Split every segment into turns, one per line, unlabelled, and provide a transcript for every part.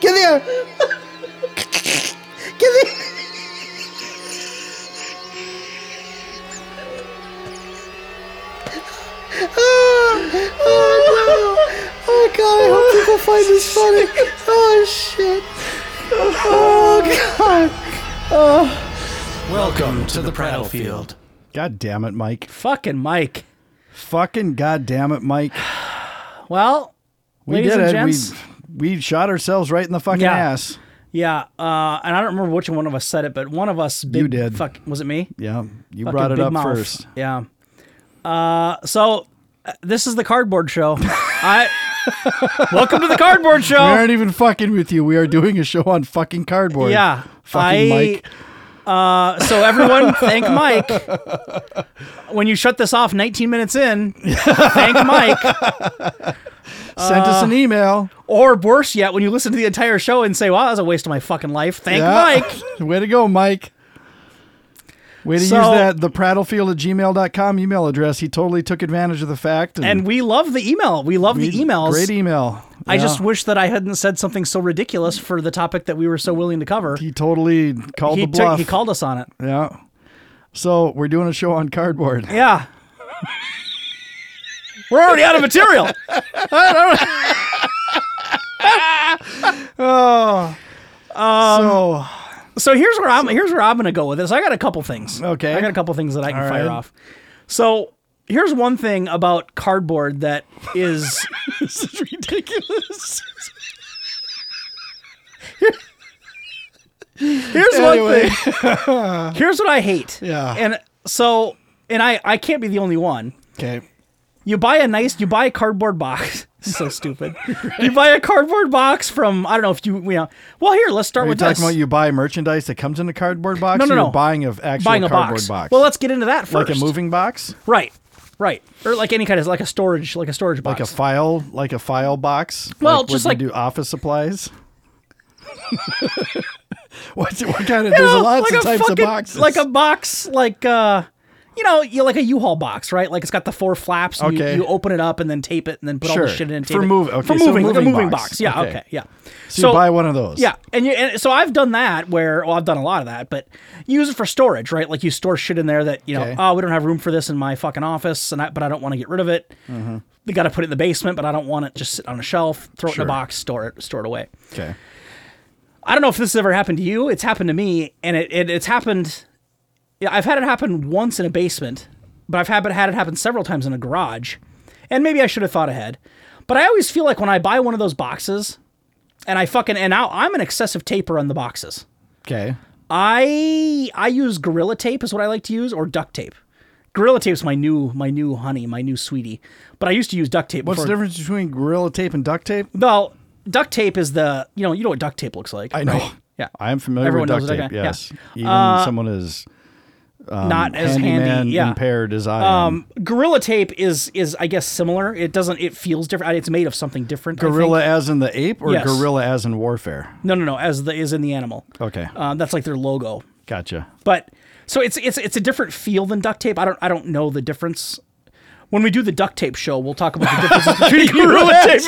here. Get in. Oh, oh Ah, no. Oh god, I hope people find this funny. Oh shit. Oh god.
Welcome to the prattle field.
God damn it, Mike.
Fucking Mike.
Fucking god damn it, Mike.
Well,
We
ladies
did
and
it.
gents.
We we shot ourselves right in the fucking
Yeah.
ass.
yeah, uh, and I don't remember which one of us said it, but one of us big,
You did.
Fuck, was it me?
Yeah, you
Fucking
brought it
big
up
mouth.
first.
Yeah. Uh, so uh, this is the cardboard show. I welcome to the cardboard show.
We aren't even fucking with you. We are doing a show on fucking cardboard.
Yeah.
Fucking
I-
Mike.
So everyone, thank Mike. When you shut this off 19 minutes in, thank Mike.
Sent
uh,
us an email.
Or worse yet, when you listen to the entire show and say, "Wow, that was a waste of my fucking life." Thank Mike.
Mike. Way to go, Mike. Way to
So-
use that, the prattlefield at gmail.com email address. He totally took advantage of the fact. And,
And we love the email. We love the
we-
emails.
Great email.
I
Yeah.
just wish that I hadn't said something so ridiculous for the topic that we were so willing to cover.
He totally called
He,
the
took-
bluff.
he called us on it.
Yeah. So we're doing a show on cardboard.
Yeah. We're already out of material. Um,
so
So here's where I'm here's where I'm gonna go with this. I got a couple things.
Okay.
I got a couple things that I can
All
fire
right.
off. So here's one thing about cardboard that is
this is ridiculous.
here's
Anyway.
one thing. Here's what I hate.
Yeah.
And so and I I can't be the only one.
Okay.
you buy a nice you buy a cardboard box so stupid you buy a cardboard box from i don't know if you you know well here let's start
Are you
with
talking
this
about you buy merchandise that comes in a cardboard box?
No, no,
or
no.
You're buying an actual
buying a
cardboard
box.
box.
well let's get into that first
like a moving box,
right right or like any kind of like a storage like a storage box
like a file, like a file box.
Well,
what
just
you
like-
do office supplies. what, what kind of? there's
You know,
lots
like
of
a
types
fucking-
of boxes.
like a box like uh you know, you like a U-Haul box, right? Like it's got the four flaps. And
Okay.
You, you open it up and then tape it, and then put all the
Sure.
shit in. And
For
tape it.
move- okay,
for
so
moving, like a
moving
moving
box.
box. Yeah.
Okay.
Okay. Yeah.
so, you buy one of those.
Yeah, and you and so I've done that where well I've done a lot of that, but you use it for storage, right? Like you store shit in there that you know
Okay.
oh we don't have room for this in my fucking office, and I, but I don't want to get rid of it.
Mm-hmm.
They got to put it in the basement, but I don't want it just sit on a shelf, throw it in
Sure.
a box, store it, store it away.
Okay.
I don't know if this has ever happened to you. It's happened to me, and it, it it's happened. Yeah, I've had it happen once in a basement, but I've had, had it happen several times in a garage, and maybe I should have thought ahead. But I always feel like when I buy one of those boxes, and I fucking and now I'm an excessive taper on the boxes.
Okay.
I I use Gorilla Tape is what I like to use or duct tape. Gorilla Tape's my new my new honey, my new sweetie. But I used to use duct tape.
What's
before,
the difference between gorilla tape and duct tape?
Well, duct tape is the you know you know what duct tape looks like.
I know.
right? Yeah.
I am familiar
Everyone
with
knows
duct
what I
tape.
got. Yeah.
Yes. Even someone as
Not as
handyman
handy. Yeah.
impaired as I am.
Um, gorilla tape is is I guess similar. It doesn't. It feels different. It's made of something different. I think.
gorilla as in the ape, or
Yes.
gorilla as in warfare?
No, no, no. As the is in the animal.
Okay.
Uh, that's like their logo.
gotcha.
But so it's it's it's a different feel than duct tape. I don't I don't know the difference. When we do the duct tape show, we'll talk about the differences between gorilla tape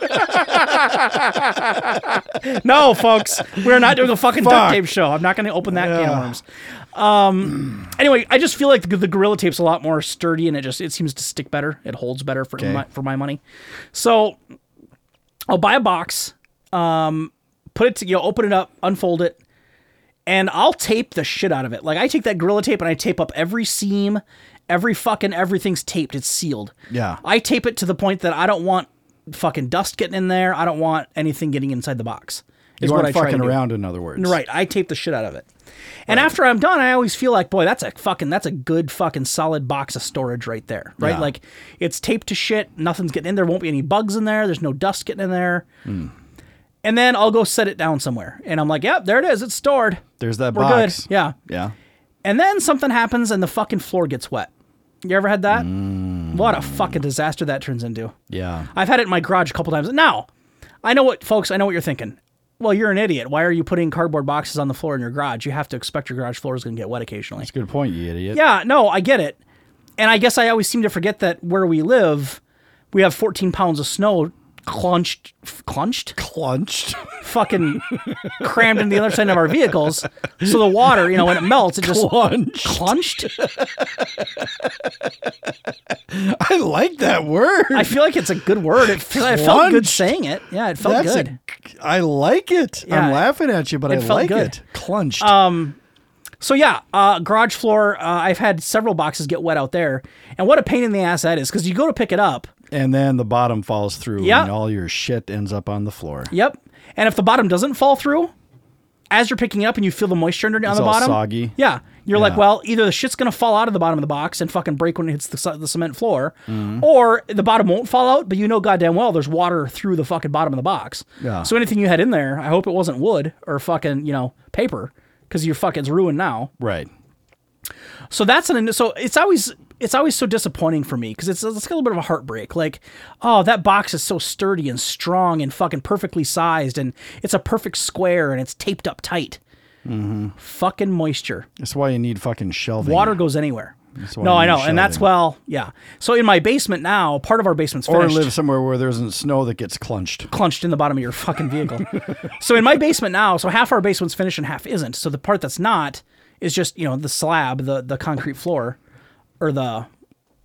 and duct tape. no, folks, we're not doing a fucking
Fuck.
duct tape show. I'm not going to open that can of
Yeah.
worms. Um, anyway, I just feel like the, the gorilla tape's a lot more sturdy, and it just it seems to stick better. It holds better for
Okay.
my, for my money. So I'll buy a box, um, put it to, you know, open it up, unfold it, and I'll tape the shit out of it. Like I take that gorilla tape and I tape up every seam, every fucking everything's taped. It's sealed.
Yeah.
I tape it to the point that I don't want fucking dust getting in there. I don't want anything getting inside the box. Is
You
what
aren't
I try to
fucking
do.
around, in other words.
Right. I tape the shit out of it. And after I'm done, I always feel like, boy, that's a fucking, that's a good fucking solid box of storage right there. Right.
Yeah.
Like it's taped to shit. Nothing's getting in there. Won't be any bugs in there. There's no dust getting in there.
Hmm.
And then I'll go set it down somewhere. And I'm like, yep, there it is. It's stored.
There's that
We're
box.
good. Yeah.
Yeah.
And then something happens and the fucking floor gets wet. You ever had that?
Hmm.
What a fucking disaster that turns into.
Yeah.
I've had it in my garage a couple times. Now, I know what, folks, I know what you're thinking. Well, you're an idiot. Why are you putting cardboard boxes on the floor in your garage? You have to expect your garage floor is going to get wet occasionally.
It's a good point, you idiot.
Yeah, no, I get it. And I guess I always seem to forget that where we live, we have 14 pounds of snow clenched, clenched,
clunched.
fucking crammed into the other side of our vehicles. So the water, you know, when it melts, it just
Clunched.
clenched.
I like that word.
I feel like it's a good word. It feel, I felt good
Clenched.
saying it. Yeah, it felt
That's
good.
A, I like it.
Yeah.
I'm laughing at you, but I
felt
like
good. Uh,
it. Clunched.
So yeah, uh, garage floor. Uh, I've had several boxes get wet out there, and what a pain in the ass that is. Because you go to pick it up.
and then the bottom falls through
Yeah.
and all your shit ends up on the floor.
Yep. And if the bottom doesn't fall through, as you're picking it up and you feel the moisture under on the
all
bottom,
soggy.
Yeah, you're like,
Yeah.
well, either the shit's gonna fall out of the bottom of the box and fucking break when it hits the, ce- the cement floor,
Mm-hmm.
or the bottom won't fall out, but you know goddamn well there's water through the fucking bottom of the box.
Yeah.
So anything you had in there, I hope it wasn't wood or fucking you know paper, because your fucking's ruined now.
Right.
So that's an so it's always it's always so disappointing for me because it's it's a little bit of a heartbreak. Like, oh, that box is so sturdy and strong and fucking perfectly sized and it's a perfect square and it's taped up tight.
Mm-hmm.
Fucking moisture,
That's why you need fucking shelving.
water goes anywhere.
why
No,
you
I
need
know, and that's
shelving.
well, yeah. So in my basement now, part of our basement's
Or
finished
live somewhere where there isn't snow that gets clunched.
clenched in the bottom of your fucking vehicle. so in my basement now, so half our basement's finished and half isn't. So the part that's not is just you know the slab, the the concrete floor, or the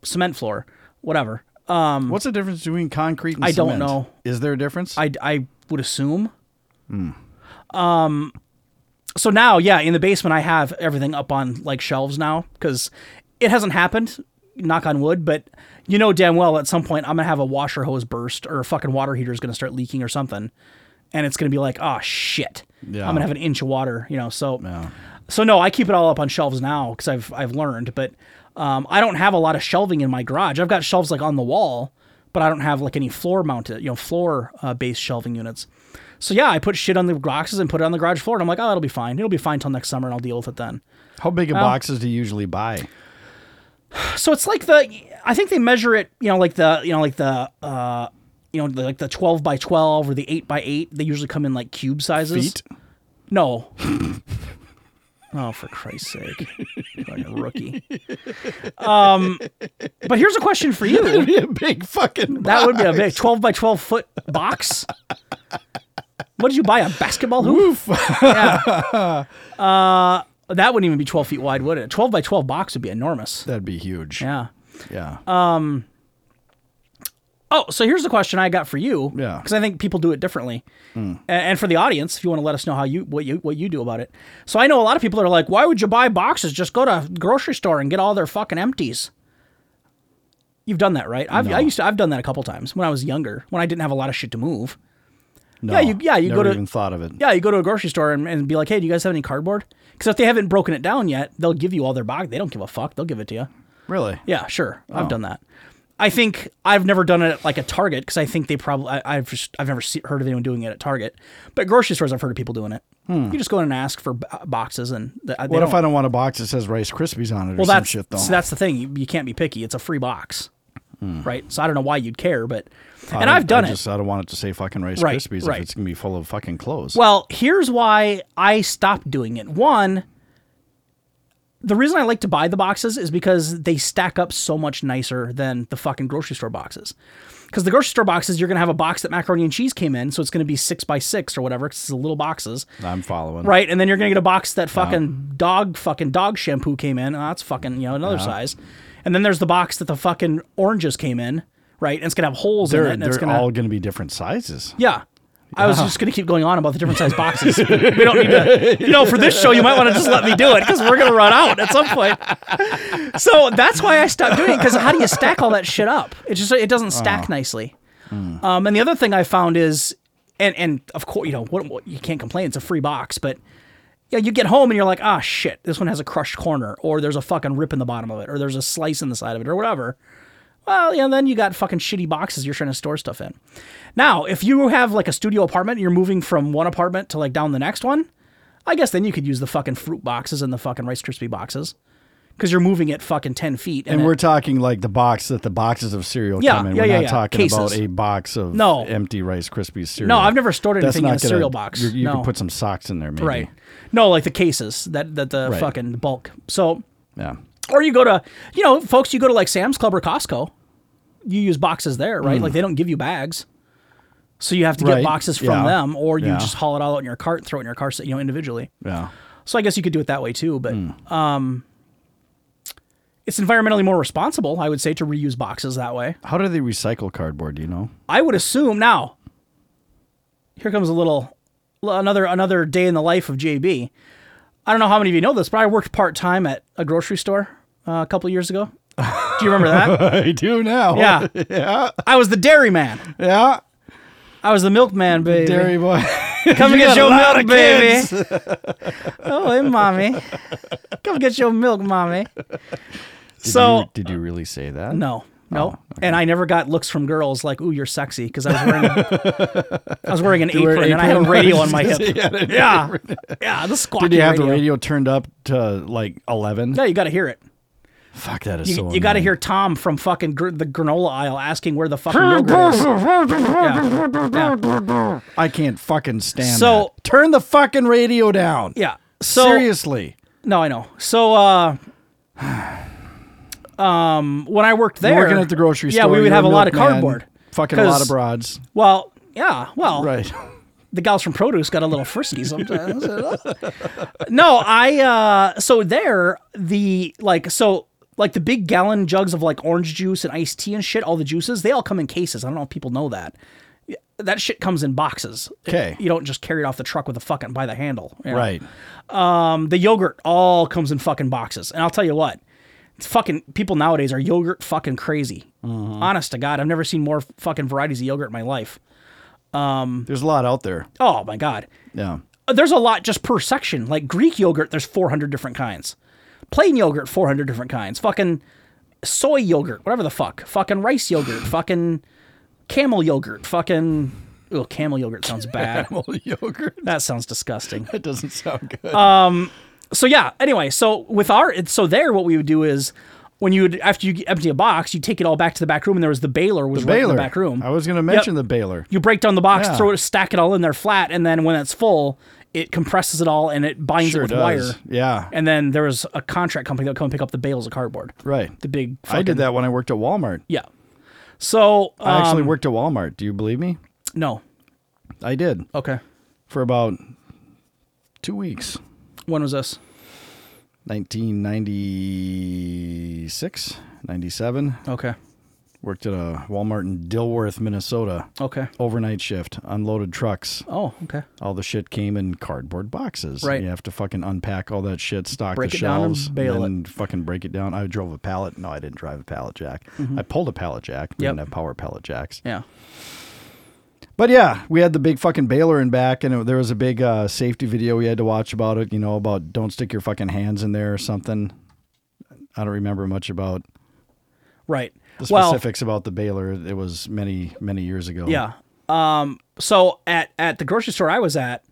cement floor, whatever. Uh,
What's the difference between concrete and
I don't
cement?
know.
Is there a difference?
I I would assume. Um. So now, yeah, in the basement, I have everything up on like shelves now because it hasn't happened. Knock on wood, but you know damn well at some point I'm gonna have a washer hose burst or a fucking water heater is gonna start leaking or something, and it's gonna be like, oh shit,
Yeah.
I'm gonna have an inch of water, you know. So
Yeah.
So no, I keep it all up on shelves now because I've I've learned, but um, I don't have a lot of shelving in my garage. I've got shelves like on the wall, but I don't have like any floor mounted, you know, floor uh, based shelving units. So yeah, I put shit on the boxes and put it on the garage floor, and I'm like, oh, it'll be fine. It'll be fine till next summer, and I'll deal with it then.
How big
Uh,
a boxes do you usually buy?
So it's like the I think they measure it, you know, like the you know like the uh, you know the, like the twelve by twelve or the eight by eight. They usually come in like cube sizes.
Feet?
No. oh, for Christ's sake. Fucking rookie. Um, but here's a question for you.
Be a big fucking.
That would be a big 12 by 12 foot box. What did you buy? A basketball hoop? Uh,
Oof.
That wouldn't even be 12 feet wide, would it? A 12 by 12 box would be enormous.
That'd be huge.
Yeah. Uh,
Yeah.
Oh, so here's the question I got for you.
Yeah.
Because I think people do it differently, A- and for the audience, if you want to let us know how you what you what you do about it. So I know a lot of people are like, "Why would you buy boxes? Just go to grocery store and get all their fucking empties." You've done that, right? I've I used to I've done that a couple times when I was younger, when I didn't have a lot of shit to move.
no,
yeah, you- yeah, you go
never
to-
even thought of it.
Yeah, you go to a grocery store and, and be like, "Hey, do you guys have any cardboard?" Because if they haven't broken it down yet, they'll give you all their box. They don't give a fuck. They'll give it to you.
Really?
Yeah, sure.
Oh.
I've done that. I think I've never done it at like a Target because I think they probably I, I've just I've never se- heard of anyone doing it at Target, but grocery stores I've heard of people doing it. You just go in and ask for b- uh, boxes and th- uh, they
Hmm. What
don't.
if I don't want a box that says Rice Krispies on it or
well,
some
that's
shit though?
so that's the thing. You, you can't be picky. It's a free box, right? So I don't know why you'd care, but and I've done
Hmm. I
it.
Just, I don't want it to say fucking Rice
Right,
Krispies
right.
if it's gonna be full of fucking clothes.
Well, here's why I stopped doing it. One, the reason I like to buy the boxes is because they stack up so much nicer than the fucking grocery store boxes. Because the grocery store boxes, you're gonna have a box that macaroni and cheese came in, so it's gonna be six by six or whatever, 'cause it's the little boxes,
I'm following.
right? And then you're gonna get a box that fucking dog fucking dog shampoo came in, and that's fucking you know another size. And then there's the box that the fucking oranges came in, right? And it's gonna have holes in
They're,
it, and it's
they're
gonna
all gonna be different sizes.
yeah. I was just going to keep going on about the different size boxes. we don't need to, you know, for this show, you might want to just let me do it because we're going to run out at some point. So that's why I stopped doing it because how do you stack all that shit up? It just, it doesn't stack nicely. Um, and the other thing I found is, and, and of course, you know, what, what you can't complain, it's a free box, but yeah, you get home and you're like, ah, shit, this one has a crushed corner or there's a fucking rip in the bottom of it or there's a slice in the side of it or whatever. Well, yeah, then you got fucking shitty boxes you're trying to store stuff in. Now, if you have like a studio apartment, you're moving from one apartment to like down the next one, I guess then you could use the fucking fruit boxes and the fucking Rice Krispie boxes because you're moving it fucking 10 feet.
And
it-
we're talking like the box that the boxes of cereal
Yeah,
come in.
yeah,
we're
yeah,
not
yeah.
talking about
Cases.
a box of
No.
empty Rice Krispies cereal.
no, I've never stored
That's
anything
not
in a
gonna-
cereal box.
You, you
no.
can put some socks in there, maybe.
right. No, like the cases that, that the
Right.
fucking bulk. So,
Yeah.
or you go to, you know, folks, you go to like Sam's Club or Costco, you use boxes there, right? Like they don't give you bags. So you have to get
Hmm. Right.
boxes from
Yeah.
them, or you
Yeah.
just haul it all out in your cart and throw it in your car, you know, individually.
Yeah.
So I guess you could do it that way too, but
Hmm.
um, it's environmentally more responsible, I would say, to reuse boxes that way.
How do they recycle cardboard? Do you know?
I would assume now. Here comes a little another another day in the life of JB. I don't know how many of you know this, but I worked part time at a grocery store uh, a couple years ago. Do you remember that?
I do now.
yeah,
Yeah.
I was the dairyman.
Yeah.
I was the milkman, baby.
Dairy boy.
Come
You
get
got
your
a lot
milk,
of
baby.
kids.
oh, hey, mommy. Come get your milk, mommy.
Did
so
you, did you really say that?
No,
Oh,
no. And I never got looks from girls like, "Ooh, you're sexy," because I was wearing a, I was wearing an apron,
were
and I had a
apron.
radio on my hip.
Yeah,
yeah, yeah, the squawky
Did you have
radio.
the radio turned up to like eleven?
No, you got to hear it.
Fuck that is
You,
so.
you got to
annoying.
hear Tom from fucking gr- the granola aisle asking where the fucking yogurt is. Yeah. yeah.
I can't fucking stand.
So-
that. turn the fucking radio down.
yeah. So
seriously,
no, I know. So uh, um, when I worked there,
working at the grocery
yeah,
store.
we
you're
would have a lot of
milkman,
cardboard.
Fucking a lot
'Cause-
of broads.
Well, yeah, well,
Right.
the gals from produce got a little frisky sometimes. no, I uh so there the like so like the big gallon jugs of like orange juice and iced tea and shit, all the juices, they all come in cases. I don't know if people know that. That shit comes in boxes.
'Kay.
You don't just carry it off the truck with a fucking by the handle. you know?
Right.
Um, the yogurt all comes in fucking boxes. And I'll tell you what, it's fucking people nowadays are yogurt fucking crazy. Honest to God, I've never seen more fucking varieties of yogurt in my life.
There's a lot out there.
Oh my God.
Yeah.
there's a lot just per section. Like Greek yogurt, there's 400 different kinds. Plain yogurt, 400 different kinds. Fucking soy yogurt, whatever the fuck. Fucking rice yogurt. fucking camel yogurt. Fucking. Oh, camel yogurt sounds bad.
Well, yogurt.
that sounds disgusting.
That doesn't sound good.
Uh, So yeah. Anyway, so with our so there, what we would do is when you would after you empty a box, you take it all back to the back room, and there was the baler was right in
Baylor.
the back room.
I was going to mention the Baylor.
you break down the box,
Yeah.
throw it, stack it all in there flat, and then when it's full, it compresses it all and it binds
Sure
it with
does.
wire.
Yeah.
And then there was a contract company that would come and pick up the bales of cardboard.
right.
The big. Fucking,
I did that when I worked at Walmart.
Yeah. So
I
uh,
actually worked at Walmart. Do you believe me?
no.
I did
Okay.
for about two weeks.
When was this?
1996, 97.
Okay.
Worked at a Walmart in Dilworth, Minnesota.
Okay.
Overnight shift, unloaded trucks.
Oh. Okay.
All the shit came in cardboard boxes.
Right.
You have to fucking unpack all that shit, stock
Break
the
it down and
shelves,
bale it.
then fucking break it down. I drove a pallet. No, I didn't drive a pallet jack. I pulled a pallet jack.
Mm-hmm.
We
Yep.
didn't have power pallet jacks.
Yeah.
But yeah, we had the big fucking baler in back, and it, there was a big uh, safety video we had to watch about it. You know about don't stick your fucking hands in there or something. I don't remember much about
Right.
the
well.
specifics about the baler. It was many many years ago.
Yeah. Um. So at at the grocery store I was at.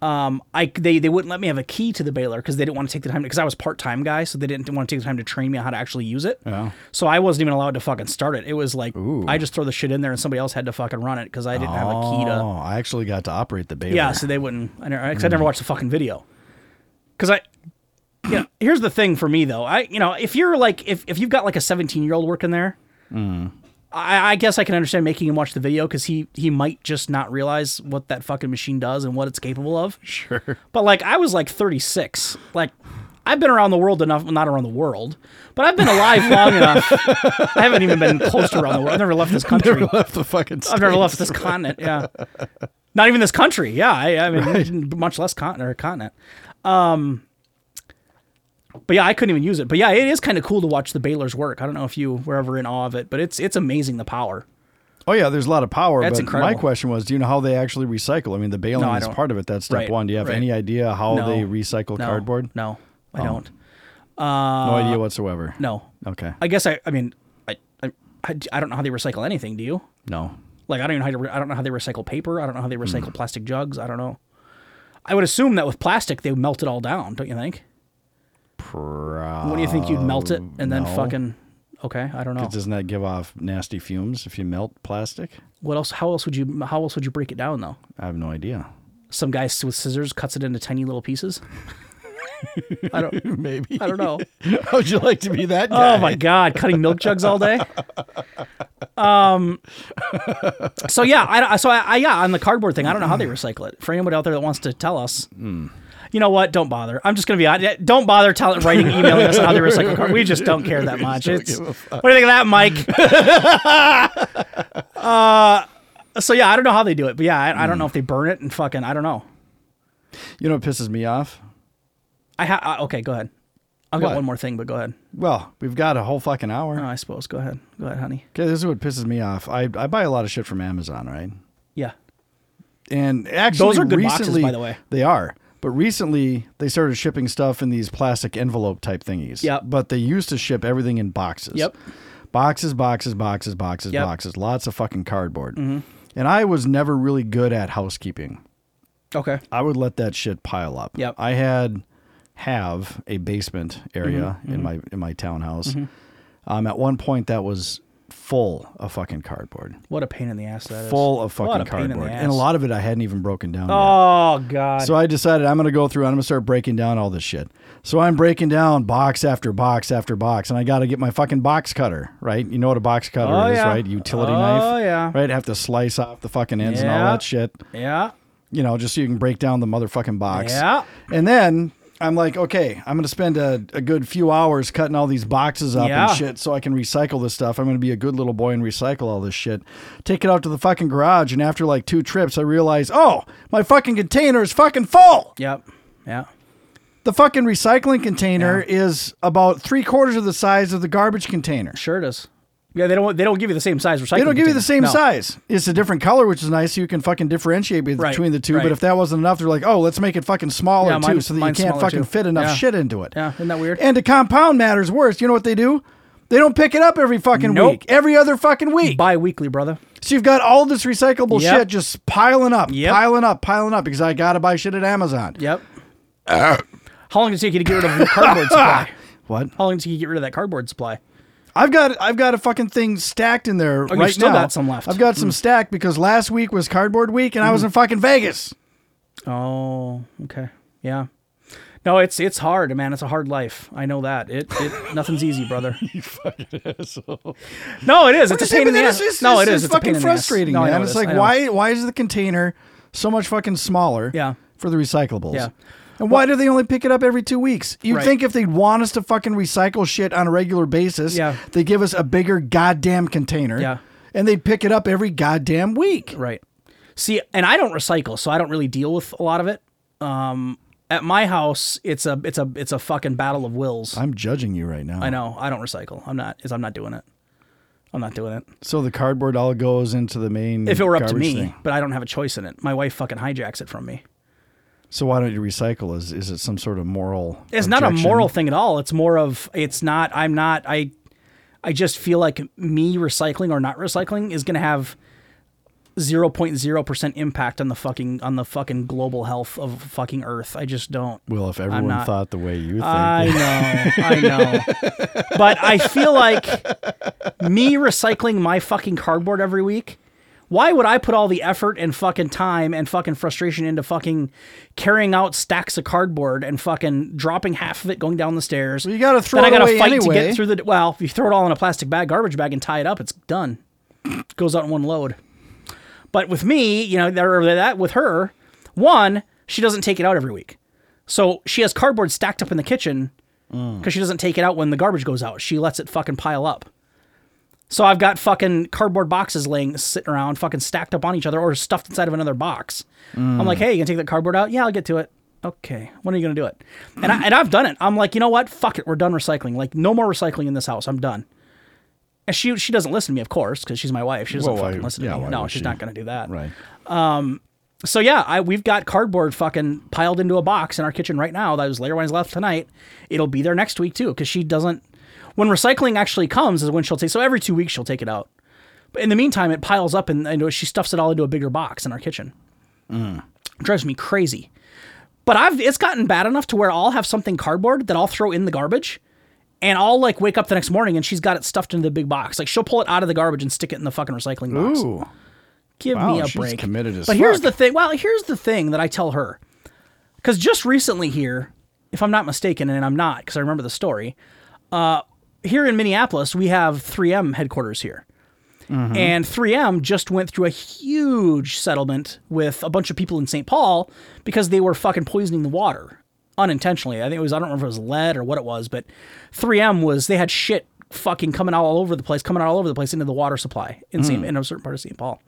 Um, I they, they wouldn't let me have a key to the baler because they didn't want to take the time because I was part time guy, so they didn't want to take the time to train me on how to actually use it.
Yeah.
So I wasn't even allowed to fucking start it. It was like I just throw the shit in there and somebody else had to fucking run it because I didn't have a key to.
Oh, I actually got to operate the baler.
Yeah, so they wouldn't. I never, 'cause I never watched the fucking video. Because I, you know, here's the thing for me though. I, you know, if you're like, if, if you've got like a 17 year old working there, I, I guess I can understand making him watch the video because he he might just not realize what that fucking machine does and what it's capable of.
sure.
But like, I was like 36. Like, I've been around the world enough, well, not around the world, but I've been alive long enough. I haven't even been close to around the world. I've never left this country.
Never left the fucking.
I've never left this continent. Yeah, not even this country. Yeah, I, I mean, much less continent or continent. Um, but yeah, I couldn't even use it. But yeah, it is kind of cool to watch the Baylor's work. I don't know if you were ever in awe of it, but it's it's amazing the power.
Oh yeah, there's a lot of power.
That's
but My
incredible.
question was, do you know how they actually recycle? I mean, the baling
No, I
is
don't.
part of it. That's step
Right,
one. Do you have
right.
any idea how
No.
they recycle
No,
cardboard?
No, I don't.
No idea whatsoever.
No,
Okay.
I guess I. I mean, I, I I I don't know how they recycle anything. Do you?
no.
Like I don't even know how to re- I don't know how they recycle paper. I don't know how they recycle plastic jugs. I don't know. I would assume that with plastic they melt it all down. Don't you think? When do you think you'd melt it and then
no.
fucking? Okay, I don't know.
Doesn't that give off nasty fumes if you melt plastic?
What else? How else would you? How else would you break it down though?
I have no idea.
Some guy s- with scissors cuts it into tiny little pieces. I don't.
Maybe.
I don't know.
How would you like to be that guy?
Oh my god, cutting milk jugs all day. So yeah, I, I- so I, I yeah on the cardboard thing, I don't know how they recycle it. For anyone out there that wants to tell us, you know what? Don't bother. I'm just gonna be honest. Don't bother telling, writing, emailing us on how they recycle cardboard. We just don't care that much. It's, what do you think of that, Mike? uh, so yeah, I don't know how they do it, but yeah, I, I don't know if they burn it and fucking I don't know.
You know what pisses me off?
I ha- uh, okay, go ahead. I've got
What?
one more thing, but go ahead.
Well, we've got a whole fucking hour.
No, I suppose. Go ahead. Go ahead, honey.
Okay, this is what pisses me off. I, I buy a lot of shit from Amazon, right?
Yeah.
And actually,
Those are good boxes,
recently,
by the way.
They are. But recently, they started shipping stuff in these plastic envelope type thingies.
Yep.
But they used to ship everything in boxes.
Yep.
Boxes, boxes, boxes, boxes,
Yep. Mm-hmm.
boxes. Lots of fucking cardboard. And I was never really good at housekeeping.
Okay.
I would let that shit pile up.
Yep.
I had have a basement area
Mm-hmm,
in my in my townhouse. Um, at one point that was full of fucking cardboard.
What a pain in the ass that is.
Full of fucking
What a pain in the
cardboard.
ass.
And a lot of it I hadn't even broken down yet.
Oh god.
So I decided I'm going to go through and I'm going to start breaking down all this shit. So I'm breaking down box after box after box, and I got to get my fucking box cutter, right? You know what a box cutter
Oh,
is,
yeah.
right? Utility
Oh,
knife.
yeah.
Right? Have to slice off the fucking ends and all
Yeah.
that shit,
yeah.
you know, just so you can break down the motherfucking box.
Yeah.
And then I'm like, okay, I'm going to spend a, a good few hours cutting all these boxes up
Yeah.
and shit so I can recycle this stuff. I'm going to be a good little boy and recycle all this shit. Take it out to the fucking garage. And after like two trips, I realize, oh, my fucking container is fucking full.
Yep. Yeah.
The fucking recycling container is about three quarters of the size of the garbage container.
Sure does. Yeah, they don't. They don't give you the same size recycling.
They don't give you the same
container. No.
size. It's a different color, which is nice, so you can fucking differentiate be-
Right,
between the two.
right.
But if that wasn't enough, they're like, "Oh, let's make it fucking smaller
Yeah, mine-
too, so that you
mine's
can't
smaller,
fucking
too.
fit enough
Yeah.
shit into it."
Yeah, isn't that weird?
And to compound matters worse, you know what they do? They don't pick it up every fucking
Nope.
week, every other fucking week.
Bi-weekly, brother.
So you've got all this recyclable
Yep.
shit just piling up,
Yep.
piling up, piling up. Because I gotta buy shit at Amazon.
Yep.
Uh-huh.
How long did it take you to get rid of the cardboard supply?
What?
How long did it take you to get rid of that cardboard supply?
I've got I've got a fucking thing stacked in there
you've
right
Oh, still
now.
got some left. Mm. Mm-hmm.
I've got some stacked because last week was cardboard week and I was in fucking Vegas.
Oh, okay. Yeah. No, it's it's hard, man. It's a hard life. I know that. It, it nothing's easy, brother. you fucking asshole. No, it is. It's a
Just- I
pain in
mean,
the
that
ass.
is- it's-
no, it
it's
is. It's a pain
fucking
in the ass.
frustrating,
No, I know
man.
it
It's
is.
like
I know.
why why is the container so much fucking smaller?
Yeah.
For the recyclables.
Yeah.
And why do they only pick it up every two weeks? You'd
Right.
think if they'd want us to fucking recycle shit on a regular basis,
Yeah.
they give us a bigger goddamn container.
Yeah.
And they'd pick it up every goddamn week.
Right. See, and I don't recycle, so I don't really deal with a lot of it. Um, at my house, it's a it's a it's a fucking battle of wills.
I'm judging you right now.
I know. I don't recycle. I'm not. Is I'm not doing it. I'm not doing it.
So the cardboard all goes into the main.
If it were up to
garbage
me,
thing.
but I don't have a choice in it. My wife fucking hijacks it from me.
So why don't you recycle? Is is it some sort of moral?
It's not a
objection?
moral thing at all. It's more of it's not. I'm not. I I just feel like me recycling or not recycling is gonna have. 0.0% impact on the fucking on the fucking global health of fucking earth. I just don't.
Well, if everyone
not- Uh,
thought the way you think,
I know, I know. But I feel like me recycling my fucking cardboard every week. Why would I put all the effort and fucking time and fucking frustration into fucking carrying out stacks of cardboard and fucking dropping half of it going down the stairs?
you gotta throw
then
it
I gotta
away
fight to
anyway.
get through the. Well, if you throw it all in a plastic bag, garbage bag, and tie it up, it's done. It goes out in one load. But with me, you know, there or that with her, one, she doesn't take it out every week. So she has cardboard stacked up in the kitchen because
Mm.
she doesn't take it out when the garbage goes out. She lets it fucking pile up. So I've got fucking cardboard boxes laying sitting around, fucking stacked up on each other or stuffed inside of another box. I'm
Mm.
like, hey, you gonna take that cardboard out? Yeah, I'll get to it. Okay, when are you gonna do it? And I and I've done it. I'm like, you know what? Fuck it, we're done recycling. Like, no more recycling in this house. I'm done. And she she doesn't listen to me, of course, because she's my wife. She doesn't
Well, why-
fucking listen to
yeah,
me.
why
No,
would
she's
she?
not gonna do that.
right?
So yeah, I we've got cardboard fucking piled into a box in our kitchen right now. That was later when I left tonight. It'll be there next week too, because she doesn't. When recycling actually comes, is when she'll take. So every two weeks she'll take it out. But in the meantime, it piles up and, and she stuffs it all into a bigger box in our kitchen. Drives me crazy. But I've it's gotten bad enough to where I'll have something cardboard that I'll throw in the garbage, and I'll like wake up the next morning and she's got it stuffed into the big box. Like she'll pull it out of the garbage and stick it in the fucking recycling box.
Ooh,
Give
Wow,
me a
she's
break.
committed as
but here's
fuck.
the thing. Well, here's the thing that I tell her, because just recently here, if I'm not mistaken, and I'm not, because I remember the story, uh, here in Minneapolis we have 3M headquarters here,
Mm-hmm.
And 3M just went through a huge settlement with a bunch of people in St. Paul because they were fucking poisoning the water unintentionally. I think it was I don't remember if it was lead or what it was, but 3M was they had shit fucking coming all over the place, coming all over the place into the water supply in
Mm.
St. in a certain part of St. Paul.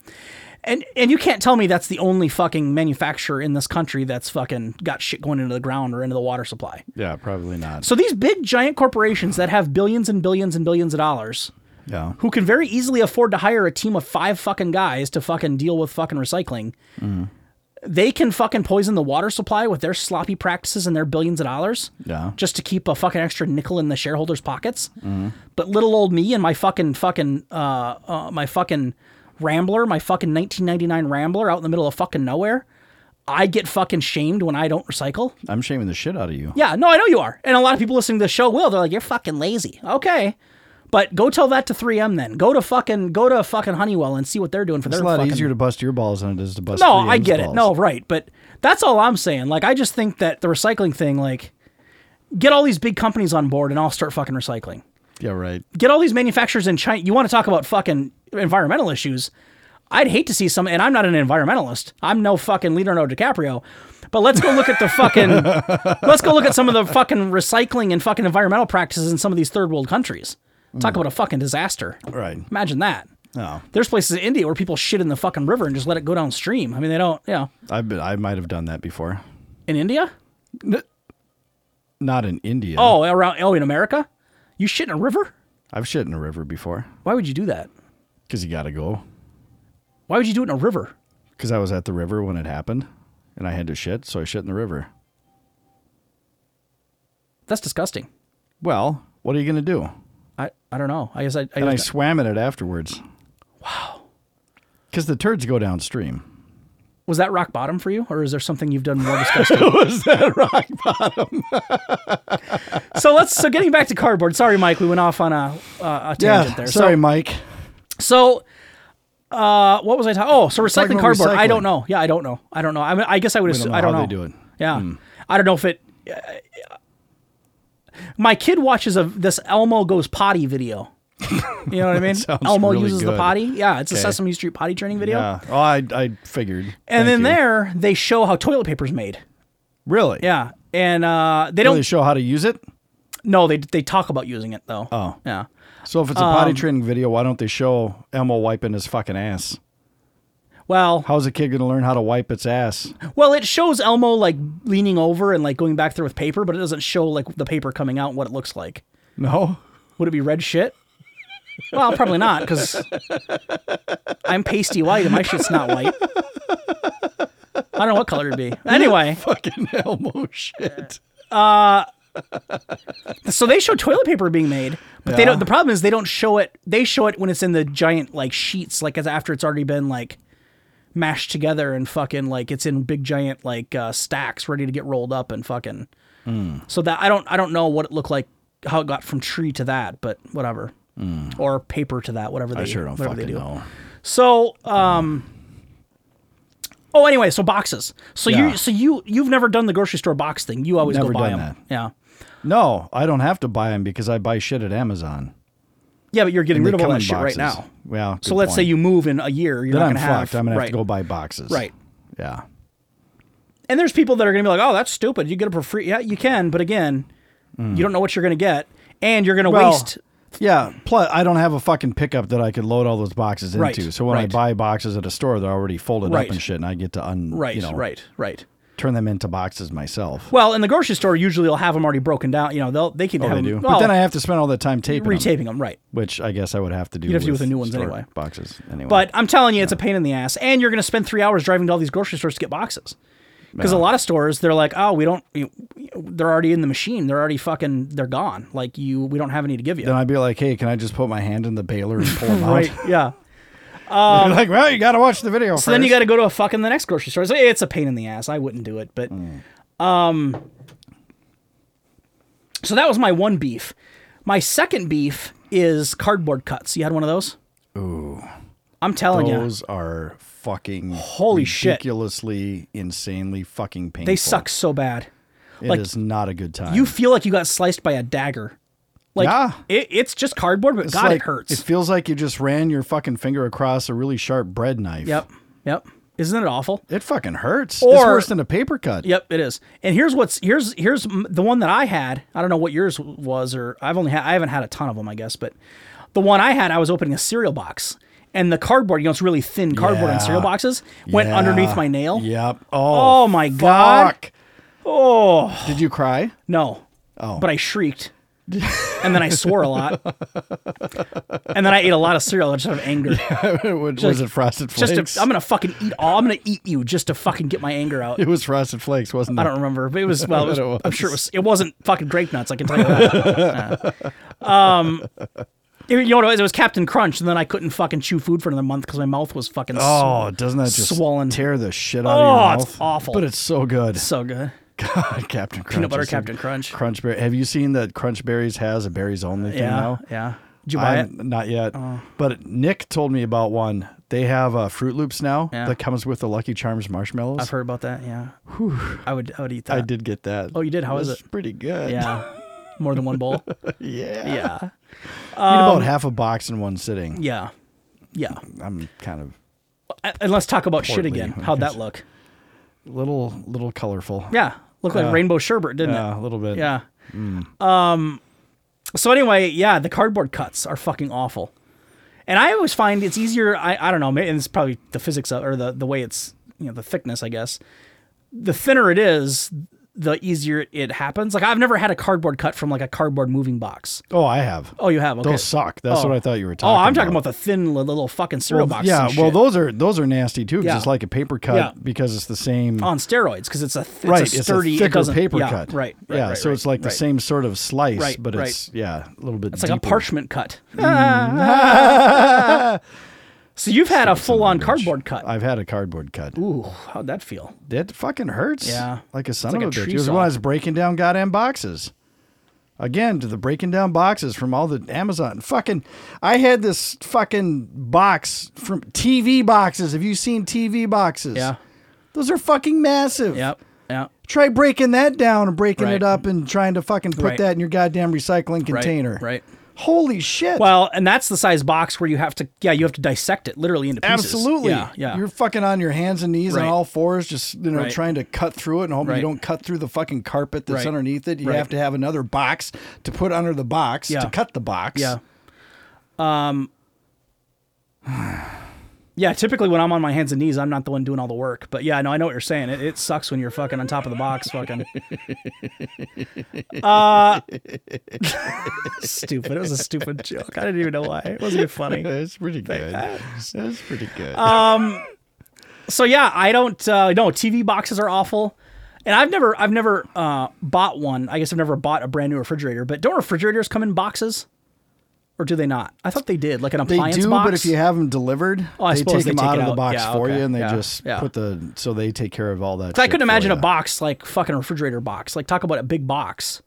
And and you can't tell me that's the only fucking manufacturer in this country that's fucking got shit going into the ground or into the water supply.
Yeah, probably not.
So these big giant corporations that have billions and billions and billions of dollars
Yeah.
who can very easily afford to hire a team of five fucking guys to fucking deal with fucking recycling. They can fucking poison the water supply with their sloppy practices and their billions of dollars
Yeah.
just to keep a fucking extra nickel in the shareholders' pockets. But little old me and my fucking fucking uh, uh my fucking Rambler, my fucking 1999 Rambler out in the middle of fucking nowhere, I get fucking shamed when I don't recycle.
I'm shaming the shit out of you.
Yeah, no, I know you are. And a lot of people listening to the show will. They're like, you're fucking lazy. Okay. But go tell that to 3M then. Go to fucking go to fucking Honeywell and see what they're doing for
It's
their
a lot
fucking.
easier to bust your balls than it is to bust.
no,
3M's
I get
balls.
it. No, right. But that's all I'm saying. Like, I just think that the recycling thing, like, get all these big companies on board and I'll start fucking recycling.
Yeah, right.
Get all these manufacturers in China. You want to talk about fucking environmental issues? I'd hate to see some. And I'm not an environmentalist. I'm no fucking Leonardo DiCaprio. But let's go look at the fucking. let's go look at some of the fucking recycling and fucking environmental practices in some of these third world countries. Talk about a fucking disaster.
Right.
Imagine that.
No,
There's places in India where people shit in the fucking river and just let it go downstream. I mean, they don't. Yeah.
I've been, I might have done that before.
In India?
Not in India.
Oh, around. Oh, in America? You shit in a river?
I've shit in a river before
Why would you do that?
because you got to go.
Why would you do it in a river?
Because I was at the river when it happened, and I had to shit, so I shit in the river.
That's disgusting.
Well, what are you gonna do?
I, I don't know. I guess I, I,
And I
guess-
swam in it afterwards. Wow. Because the turds go downstream.
was that rock bottom for you, or is there something you've done more disgusting?
was that right?
so let's so getting back to cardboard. Sorry, Mike, we went off on a uh, a tangent
Yeah.
there.
Sorry,
So,
Mike.
so uh, what was I talking? Oh, so
Talking
recycling
about
cardboard. I don't
recycling.
know. Yeah, I don't know. I don't know. I mean, I guess I would.
don't
assume,
know
I don't
how
know.
they do it. Hmm.
Yeah, I don't know if it. my kid watches a this Elmo goes potty video. You know what I mean?
sounds
Elmo
really
uses the
good.
potty. Yeah, it's a
Okay.
Sesame Street potty training video.
Yeah. Oh, I, I figured.
And
Thank
then
you.
there they show how toilet paper is made.
Really?
Yeah, and uh, they don't
Really show how to use it.
No, they they talk about using it though.
Oh.
yeah.
So if it's a
Um,
potty training video, why don't they show Elmo wiping his fucking ass?
Well,
How's a kid gonna learn how to wipe its ass?
well, it shows Elmo like leaning over and like going back there with paper, but it doesn't show like the paper coming out and what it looks like.
No.
Would it be red shit? Well, probably not because I'm pasty white and my shit's not white. I don't know what color it'd be. Anyway,
Fucking Elmo shit.
so they show toilet paper being made, but they
Yeah.
don't. The problem is they don't show it. They show it when it's in the giant like sheets, like as after it's already been like mashed together and fucking like it's in big giant like uh, stacks ready to get rolled up and fucking.
Hmm.
So that I don't I don't know what it looked like how it got from tree to that, but whatever. Or paper to that, whatever they
Hmm. I sure don't
whatever they
fucking
do.
know.
So um. Oh, anyway, so boxes. So
Yeah.
you, so you, you've never done the grocery store box thing. You always
Never
go buy
done
them. Yeah,
No, I don't have to buy them because I buy shit at Amazon.
yeah, but you're getting
They
rid of all
come
that
in
shit right
boxes.
now.
Well,
So let's say you move in a year, you're
Then
not
I'm
gonna have.
fucked. I'm gonna have
right.
to go buy boxes.
Right.
Yeah.
And there's people that are gonna be like, "Oh, that's stupid. You get it for free. Yeah, you can, but again, you don't know what you're gonna get, and you're gonna
Hmm. Well,
waste.
Yeah. Plus, I don't have a fucking pickup that I could load all those boxes into.
Right,
So when I
right.
buy boxes at a store, they're already folded
Right.
up and shit, and I get to un
Right,
you know,
right, right.
turn them into boxes myself.
Well, in the grocery store, usually they'll have them already broken down. You know, they'll they can have
Oh, They
'em-
do.
well,
but then I have to spend all that time taping 'em,
retaping them, right?
which I guess I would have to do. You'd
have to do with the new ones anyway.
Boxes anyway.
But I'm telling you, it's a pain in the ass, and you're gonna spend three hours driving to all these grocery stores to get boxes. Because a lot of stores, they're like, "Oh, we don't. You, they're already in the machine. They're already fucking. They're gone. Like you, we don't have any to give you."
then I'd be like, hey, can I just put my hand in the baler and pull them out?
right? Yeah.
You're like, well, you got to watch the video.
So then you got to go to a fucking the next grocery store. So it's a pain in the ass. I wouldn't do it, but
Mm.
um, so that was my one beef. My second beef is cardboard cuts. You had one of those? Ooh, I'm telling you,
Those are fucking
Holy shit.
ridiculously, insanely fucking painful.
they suck so bad.
It is
like-
not a good time.
You feel like you got sliced by a dagger. Like
Yeah.
it, it's just cardboard, but
It's
God,
like-
it hurts.
It feels like you just ran your fucking finger across a really sharp bread knife.
yep, yep. Isn't it awful?
It fucking hurts. it's
Or-
worse than a paper cut.
Yep, it is. And here's what's here's here's m- the one that I had. I don't know what yours was, or I've only had I haven't had a ton of them, I guess. But the one I had, I was opening a cereal box, and the cardboard, you know, it's really thin cardboard
Yeah.
on cereal boxes, went
Yeah.
underneath my nail.
Yep. Oh.
Oh my God.
fuck. Oh. Did you cry?
No. Oh. But I shrieked. and then I swore a lot. and then I ate a lot of cereal out of anger.
was, was it frosted flakes?
Just to, I'm gonna fucking eat all. I'm gonna eat you just to fucking get my anger out.
it was frosted flakes, wasn't it?
I don't remember, but it was well. It was,
bet it
I'm sure it
was.
was. It wasn't fucking grape nuts. I can tell you that. Uh, um, you know what it was? It was Captain Crunch, and then I couldn't fucking chew food for another month because my mouth was fucking.
Oh, doesn't that just
Swollen.
tear the shit out of your
Oh,
mouth?
it's awful.
But it's so good.
so good.
God, Captain Crunch.
butter
is-
Captain Crunch.
Crunch Berry. Have you seen that Crunch Berries has a berries only thing
Yeah,
now?
yeah. Did you buy Oh.
I'm- Not yet. But Nick told me about one. They have uh, Fruit Loops now
Yeah.
that comes with the Lucky Charms marshmallows.
I've heard about that. Yeah. I would. I would eat that.
I did get that.
Oh, you did? How
It
is
was Pretty good.
Yeah. More than one bowl.
yeah. Eat
Yeah. um,
about half a box in one sitting.
Yeah. Yeah.
I'm kind of
Uh, And let's talk about shit
Poorly
again.
when it
How'd that
comes-
look?
little little colorful.
Yeah. Looked like rainbow sherbet, didn't it?
a little bit.
Yeah. Um.
Mm.
So anyway, yeah, the cardboard cuts are fucking awful, and I always find it's easier. I, I don't know, maybe and it's probably the physics of, or the the way it's you know the thickness, I guess. The thinner it is, the easier it happens. Like I've never had a cardboard cut from like a cardboard moving box.
Oh, I have.
Oh, you have. Okay.
Those suck. That's
Oh.
what I thought you were
Oh,
talking.
I'm talking about the thin li- little fucking cereal box.
Yeah,
and
well,
shit.
those are those are nasty too. 'cause
Yeah.
It's like a paper cut
Yeah.
because it's the same.
on steroids because it's a th-
right,
it's a sturdy it
thicker
doesn't-
paper
yeah,
cut.
Right. right,
yeah,
right,
so
right,
it's like the
right.
same sort of slice,
Right,
but
right.
it's yeah a little bit.
It's like a
deeper.
parchment cut. so you've had a full-on cardboard cut.
I've had a cardboard cut.
Ooh, how'd that feel?
It fucking hurts.
Yeah.
like a son
like
of
a
a, bitch.
tree
It was
saw.
when I was breaking down goddamn boxes. Again, to the breaking down boxes from all the Amazon. Fucking, I had this fucking box from TV boxes. Have you seen TV boxes?
Yeah.
Those are fucking massive.
Yep. Yeah.
Try breaking that down and breaking
Right.
it up and trying to fucking put
Right.
that in your goddamn recycling
Right,
container.
Right.
Holy shit.
Well, and that's the size box where you have to, yeah, you have to dissect it literally into pieces.
Absolutely.
Yeah. Yeah.
You're fucking on your hands and knees
Right.
on all fours, just you know,
Right.
trying to cut through it and hoping
Right.
you don't cut through the fucking carpet that's
Right.
underneath it. You
Right.
have to have another box to put under the box
Yeah.
to cut the box.
yeah. Um. Yeah. Typically, when I'm on my hands and knees, I'm not the one doing all the work. But yeah, no, I know what you're saying. It, it sucks when you're fucking on top of the box, fucking. Uh. stupid. It was a stupid joke. I didn't even know why. It wasn't even funny.
That's pretty good. That's pretty good.
So yeah, I don't uh, no TV boxes are awful, and I've never I've never uh, bought one. I guess I've never bought a brand new refrigerator. But don't refrigerators come in boxes, or do they not? I thought they did, like an
they
appliance
do,
box.
but if you have them delivered,
Oh, I
they
suppose
take
they
them
take
out
it
of the
out.
box
Yeah,
for
okay.
you, and they
Yeah,
just
yeah.
put the so they take care of all that.
I
shit
couldn't
for
imagine a
you.
box like fucking refrigerator box. Like talk about a big box.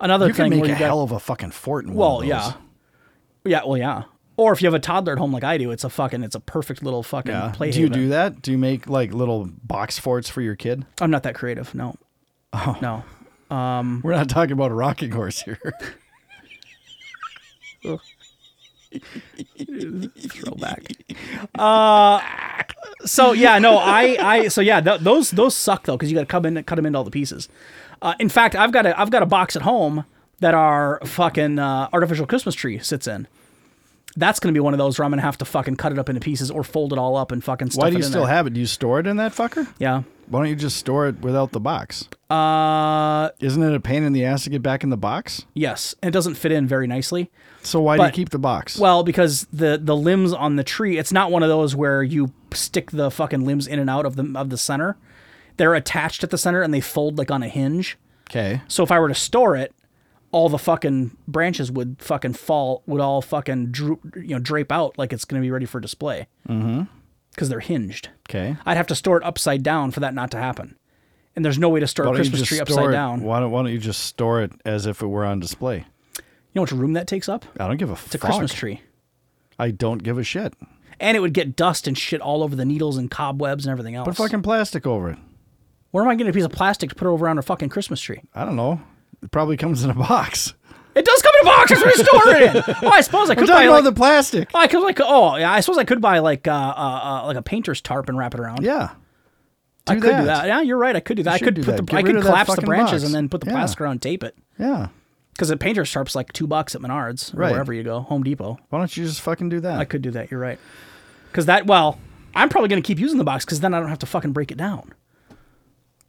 Another
You
thing
can make
where
a
you got,
hell of a fucking fort in
well,
one of
yeah,
those.
yeah, well, yeah. Or if you have a toddler at home like I do, it's a fucking it's a perfect little fucking play.
Do you
haven.
do that? Do you make like little box forts for your kid?
I'm not that creative. No. Oh. No. Hmm.
We're not talking about a rocking horse here.
throwback. Uh, so yeah, no, I, I, so yeah, th- those those suck though because you got to come in, cut them into all the pieces. Uh, in fact, I've got a I've got a box at home that our fucking uh, artificial Christmas tree sits in. That's gonna be one of those where I'm gonna have to fucking cut it up into pieces or fold it all up and fucking. Stuff
Why do
it
you
in
still
there.
have it? Do you store it in that fucker?
Yeah.
Why don't you just store it without the box?
Uh,
Isn't it a pain in the ass to get back in the box?
yes, and it doesn't fit in very nicely.
So why do
But-
you keep the box?
Well, because the the limbs on the tree, it's not one of those where you stick the fucking limbs in and out of the of the center. They're attached at the center and they fold like on a hinge.
okay.
So if I were to store it, all the fucking branches would fucking fall, would all fucking droop, you know, drape out like it's going to be ready for display. Mm-hmm. Because they're hinged.
Okay.
I'd have to store it upside down for that not to happen. And there's no way to store a
Why don't you
Christmas
just
tree
store
upside
it-
down. You
Why don't Why don't you just store it as if it were on display?
know what room that takes up? It's
I don't give a
a
fuck.
Christmas tree.
I don't give a shit.
And it would get dust and shit all over the needles and cobwebs and everything else.
Put fucking plastic over it.
Where am I getting a piece of plastic to put over on a fucking Christmas tree?
I don't know. It probably comes in a box.
It does come in a box. That's what you store it in. Oh, I suppose I
I'm
could buy
talking about
like,
the plastic.
oh, I could like oh yeah, I suppose I could buy like uh, uh, uh like a painter's tarp and wrap it around.
Yeah.
I
do
could
that.
do that. Yeah, you're right. I could do that. I
should
could
do
put
that.
the
Get
I
rid
could
of that
collapse the
fucking
branches
box.
and then put the
Yeah.
plastic around and tape it.
Yeah.
Because the painter's tarp's like two bucks at Menards or
Right.
wherever you go, Home Depot.
Why don't you just fucking do that?
I could do that. You're right. Because that well, I'm probably gonna keep using the box because then I don't have to fucking break it down.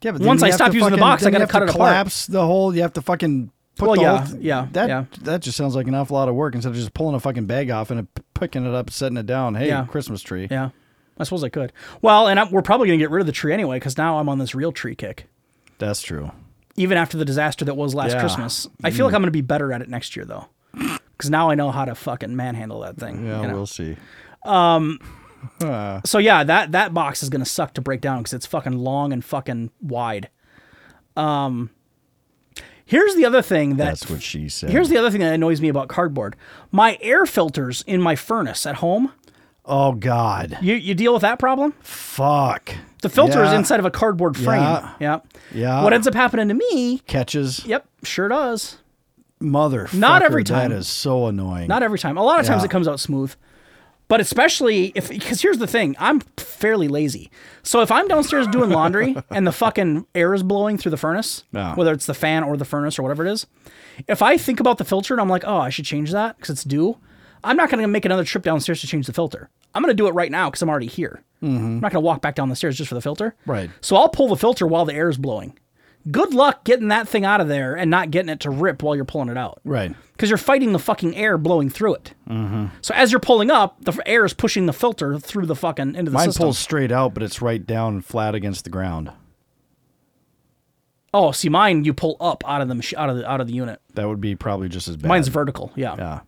yeah, but
once
then
I
you have
stop
to
using the
fucking-
box, I
then you
gotta
have
cut
to
it apart.
collapse the whole. You have to fucking put
Well,
the
yeah,
whole.
yeah,
That
yeah.
that just sounds like an awful lot of work instead of just pulling a fucking bag off and p- picking it up, setting it down. Hey,
Yeah.
Christmas tree.
Yeah, I suppose I could. Well, and i we're probably gonna get rid of the tree anyway because now I'm on this real tree kick.
That's true.
Even after the disaster that was last
Yeah. Mm.
Christmas, I feel like I'm gonna be better at it next year though. Because now I know how to fucking manhandle that thing.
Yeah,
you know?
we'll see.
So yeah, that that box is gonna suck to break down because it's fucking long and fucking wide. Um, here's the other thing that
That's what she said.
here's the other thing that annoys me about cardboard. My air filters in my furnace at home.
oh God,
You you deal with that problem?
fuck.
The filter is
Yeah.
inside of a cardboard frame.
Yeah.
Yeah.
Yeah.
What ends up happening to me?
catches.
Yep, sure does.
Mother.
Not every time.
That is so annoying.
Not every time. A lot of times
Yeah.
it comes out smooth. But especially if, because here's the thing, I'm fairly lazy. So if I'm downstairs doing laundry and the fucking air is blowing through the furnace,
Yeah.
whether it's the fan or the furnace or whatever it is, if I think about the filter and I'm like, oh, I should change that because it's due, I'm not going to make another trip downstairs to change the filter. I'm going to do it right now because I'm already here. I'm not going to walk back down the stairs just for the filter.
Mm-hmm. Right.
So I'll pull the filter while the air is blowing. Good luck getting that thing out of there and not getting it to rip while you're pulling it out
Right.
because you're fighting the fucking air blowing through it. So as you're pulling up, the f- air is pushing the filter through the fucking into the
Mine
system.
pulls straight out, but it's right down flat against the ground.
Oh, see, mine you pull up out of the mach- out of the out of the unit.
That would be probably just as bad.
Mine's vertical, yeah.
yeah,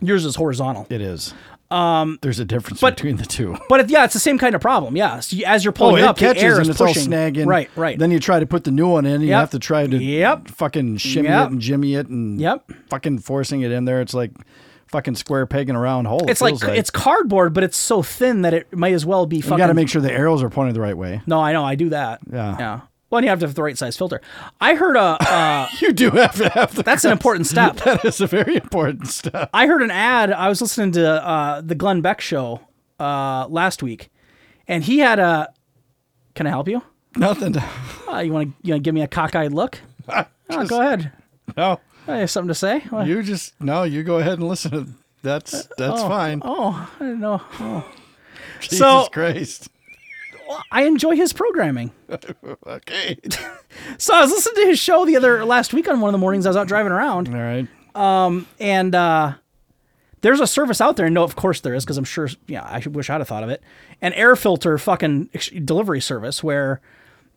Yours is horizontal.
it is. Um, there's a difference between the two.
But it, yeah, it's the same kind of problem. Yeah, so you, as you're
Oh,
pulling
it
up,
catches
the air
and
is
it's
pushing.
all snagging.
Right, right.
Then you try to put the new one in. And You
Yep.
have to try to
Yep.
fucking shimmy
Yep.
it and jimmy it and
Yep.
fucking forcing it in there. It's like fucking square peg in a round hole. it
it's like,
feels
it's cardboard, but it's so thin that it might as well be
you
fucking.
got to make sure the arrows are pointed the right way.
no, I know, I do that.
Yeah.
yeah. Well, and you have to have the right size filter. I heard a. Uh,
You do have to have the.
that's an important step.
that is a very important step.
I heard an ad. I was listening to uh, the Glenn Beck show uh, last week, and he had a. Can I help you?
Nothing.
Uh, you want to you wanna give me a cockeyed look? Oh,
Just-
go ahead.
No,
I have something to say. What-
you just no. You go ahead and listen. to That's that's fine.
Oh, I didn't know.
Jesus
so-
Christ.
I enjoy his programming.
Okay.
So I was listening to his show the other last week on one of the mornings I was out driving around,
All right.
and uh, there's a service out there. And no, of course there is, because I'm sure. Yeah, I wish I'd have thought of it. An air filter fucking ex- delivery service where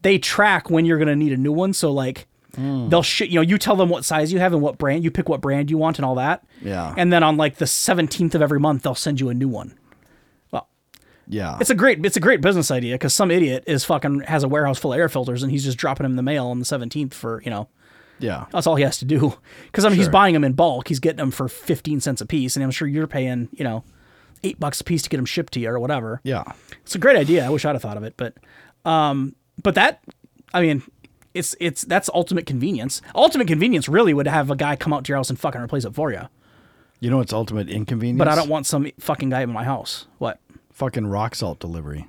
they track when you're gonna need a new one. So like, they'll shit. You know, you tell them what size you have and what brand. You pick what brand you want and all that.
Yeah.
And then on like the 17th of every month, they'll send you a new one.
Yeah.
It's a great it's a great business idea because some idiot is fucking has a warehouse full of air filters and he's just dropping them in the mail on the 17th for you know
yeah.
that's all he has to do. Because I mean, he's buying them in bulk. He's getting them for fifteen cents a piece, and I'm sure you're paying, you know, eight bucks a piece to get them shipped to you or whatever.
Yeah.
It's a great idea. I wish I'd have thought of it, but, um, but that, I mean, it's it's that's ultimate convenience. Ultimate convenience really would have a guy come out to your house and fucking replace it for you.
You know it's ultimate inconvenience.
But I don't want some fucking guy in my house. What?
fucking rock salt delivery.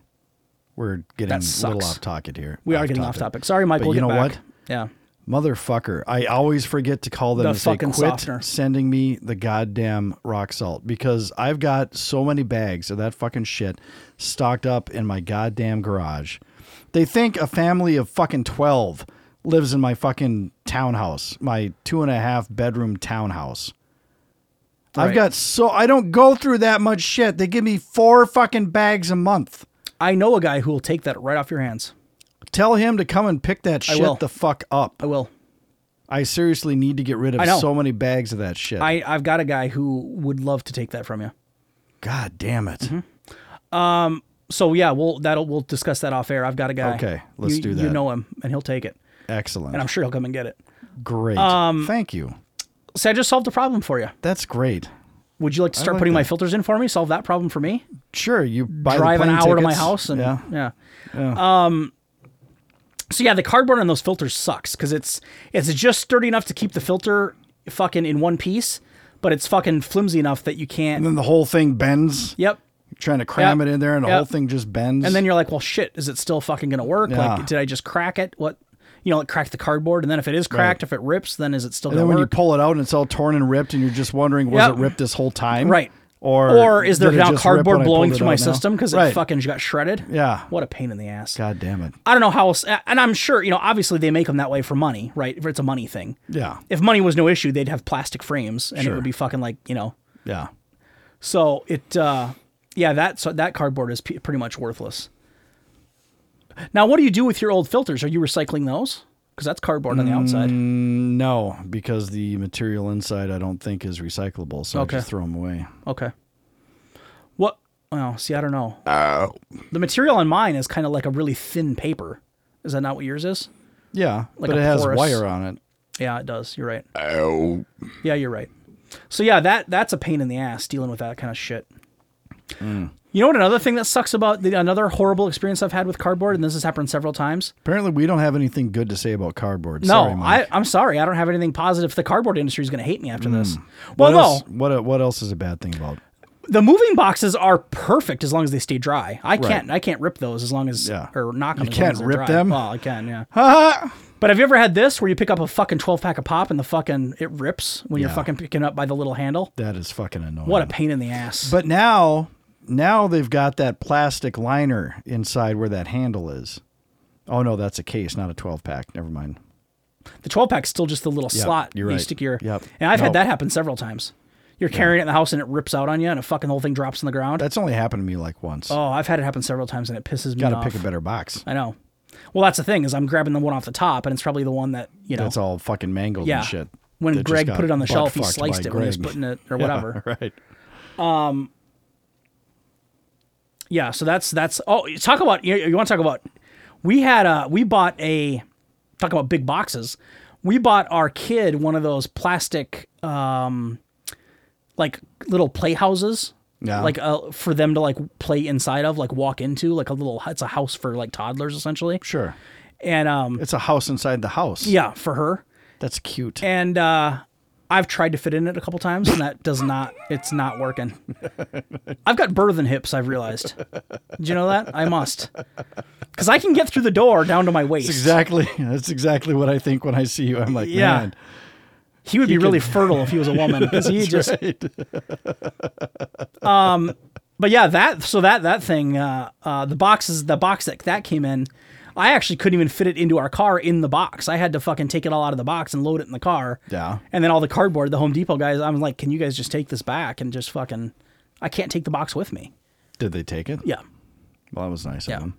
We're getting
That
a little
sucks.
off topic here.
We are getting off topic. Sorry, Mike.
But
we'll
you
get
know
back.
what?
Yeah.
Motherfucker. I always forget to call them
The
and say,
fucking
quit
softener."
sending me the goddamn rock salt because I've got so many bags of that fucking shit stocked up in my goddamn garage. They think a family of fucking 12 lives in my fucking townhouse, my two and a half bedroom townhouse. I've
Right.
got so I don't go through that much shit. They give me four fucking bags a month.
I know a guy who will take that right off your hands.
Tell him to come and pick that
will.
shit the fuck up.
I will.
I seriously need to get rid
I
of
know.
so many bags of that shit.
I I've got a guy who would love to take that from you.
God damn it.
Mm-hmm. So yeah, we'll that'll we'll discuss that off air. I've got a guy.
Okay, let's
You-
do
You
that.
know him, and he'll take it,
Excellent.
and um, I'm sure he'll come and get it.
great. Thank you.
So I just solved a problem for you.
That's great.
Would you like to start
like
putting my
that.
filters in for me? Solve that problem for me.
Sure, you buy the
Drive an
plane
hour to my
tickets.
house, and
yeah.
yeah. Um. So yeah, the cardboard on those filters sucks because it's it's just sturdy enough to keep the filter fucking in one piece, but it's fucking flimsy enough that you
And
can't.
then the whole thing bends.
Yep.
Trying to cram
Yep.
it in there, and the
Yep.
whole thing just bends.
And then you're like, well, shit, is it still fucking gonna work?
Yeah.
Like, did I just crack it? What? You know, like crack the cardboard, and then if it is cracked, if it rips, then is it still
And then
gonna
when you
work?
pull it out and it's all torn and ripped, and you're just wondering, was
Yep.
it ripped this whole time?
Right.
Or
or is there
did it
now
just rip when
cardboard
I
blowing
pulled it
through my
out now?
system because
right.
it fucking got shredded?
Yeah.
What a pain in the ass.
God damn it.
I don't know how else, and I'm sure you know. Obviously, they make them that way for money, right? If it's a money thing.
Yeah.
If money was no issue, they'd have plastic frames, and it
Sure.
would be fucking like you know.
Yeah.
So it, uh, yeah, that so that cardboard is p- pretty much worthless. Now, what do you do with your old filters? Are you recycling those? Because that's cardboard on the outside.
No, because the material inside I don't think is recyclable, so
Okay.
I just throw them away.
Okay. What? Well, see, I don't know. The material on mine is kind of like a really thin paper. Is that not what yours is?
Yeah,
Like
but
a
it has
porous-
wire on it.
Yeah, it does. You're right. Oh. Yeah, you're right. So yeah, that that's a pain in the ass dealing with that kind of shit. You know what? Another thing that sucks about the, another horrible experience I've had with cardboard, and this has happened several times.
Apparently, we don't have anything good to say about cardboard. Sorry,
no,
Mike.
I, I'm sorry. I don't have anything positive. The cardboard industry is going to hate me after this.
Hmm. What
Well, no,
else, what what else is a bad thing about?
the moving boxes are perfect as long as they stay dry. I can't I can't rip those as long as
Yeah.
or knock them.
You
as long
can't
as they're
rip
dry.
them?
Well, I can, yeah. But have you ever had this where you pick up a fucking 12 pack of pop and the fucking it rips when you're
Yeah.
fucking picking up by the little handle?
That is fucking annoying.
What a pain in the ass.
But now, now they've got that plastic liner inside where that handle is. Oh no, that's a case, not a twelve pack. Never mind.
the 12 pack's still just the little slot
you're
that you
right.
stick your.
Yep.
And I've
No.
had that happen several times. You're carrying it in the house and it rips out on you and a fucking whole thing drops on the ground.
That's only happened to me like once.
oh, I've had it happen several times and it pisses me
Got to
off.
pick a better box.
I know. Well, that's the thing is I'm grabbing the one off the top and it's probably the one that you know.
That's all fucking mangled
yeah.
and shit.
When
That just
Greg
got
put it on the
butt
shelf, he
fucked
sliced
by
it when he was
Greg.
putting it or
Yeah,
whatever.
right.
Yeah, so that's that's oh you talk about you, you want to talk about we had a we bought a talk about big boxes. We bought our kid one of those plastic um like little playhouses.
Yeah.
Like uh, for them to like play inside of, like walk into, like a little it's a house for like toddlers essentially.
Sure.
And um
It's a house inside the house.
yeah, for her.
That's cute.
And uh I've tried to fit in it a couple times and that does not it's not working. I've got bird than hips, I've realized. Did you know that? I must. Cuz I can get through the door down to my waist.
That's exactly. That's exactly what I think when I see you. I'm like,
Yeah.
man.
He would be really fertile if he was a woman cuz he just
right.
But yeah, that so that that thing uh uh the boxes the box that that came in I actually couldn't even fit it into our car in the box. I had to fucking take it all out of the box and load it in the car.
Yeah.
And then all the cardboard, the Home Depot guys, I'm like, "Can you guys just take this back and just fucking I can't take the box with me."
Did they take it?
Yeah.
Well, that was nice
Yeah.
of them.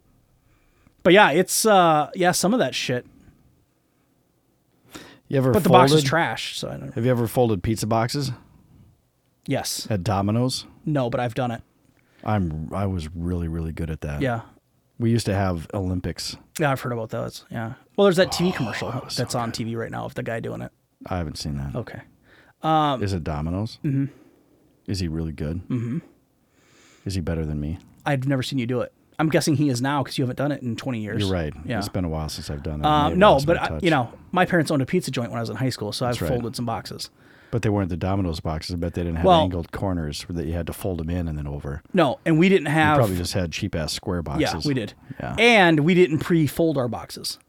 But yeah, it's uh yeah, some of that shit.
You ever
But the box
folded?
is trash, so I don't
Have you ever folded pizza boxes
Yes.
at Domino's?
No, but I've done it.
I'm. I was really, really good at that.
Yeah.
We used to have Olympics.
Yeah, I've heard about those. Yeah. Well, there's that
Oh,
TV commercial that's on TV right now of the guy doing it.
I haven't seen that. Is
Okay. Um,
it Domino's? Mm-hmm. Is he really good? Mm-hmm. Is he better than me?
I've never seen you do it. I'm guessing he is now because you haven't done it in 20 years.
You're right.
Yeah.
It's been a while since I've done that. Maybe
um,
I
no,
lost
but
my
I,
touch.
you know, my parents owned a pizza joint when I was in high school, so I've
right.
folded some boxes.
But they weren't the Domino's boxes. I bet they didn't have
Well-
angled corners that you had to fold them in and then over.
No, and we didn't
You
have.
probably just had cheap ass square boxes.
yeah, we did.
Yeah.
And we didn't pre-fold our boxes.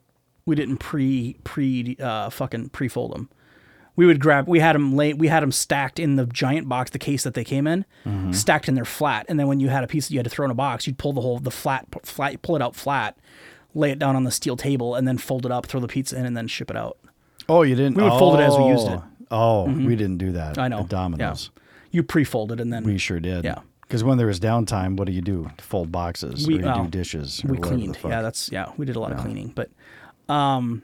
We didn't pre pre uh, fucking pre-fold them. We would grab. We had them late. We had them stacked in the giant box, the case that they came in,
Mm-hmm.
stacked in their flat. And then when you had a piece that you had to throw in a box, you'd pull the whole the flat flat, pull it out flat, lay it down on the steel table, and then fold it up, throw the pizza in, and then ship it out.
oh, you didn't.
We would fold it as we used it. Mm-hmm.
Oh, we didn't do that.
I know.
At Domino's,
Yeah. You pre-fold it and then
we sure did.
Yeah.
Because when there was downtime, what do you do? Fold boxes,
We-
or you
well,
do dishes, or
we
whatever the
cleaned.
fuck.
Yeah, that's yeah. We did a lot of cleaning, but
Well,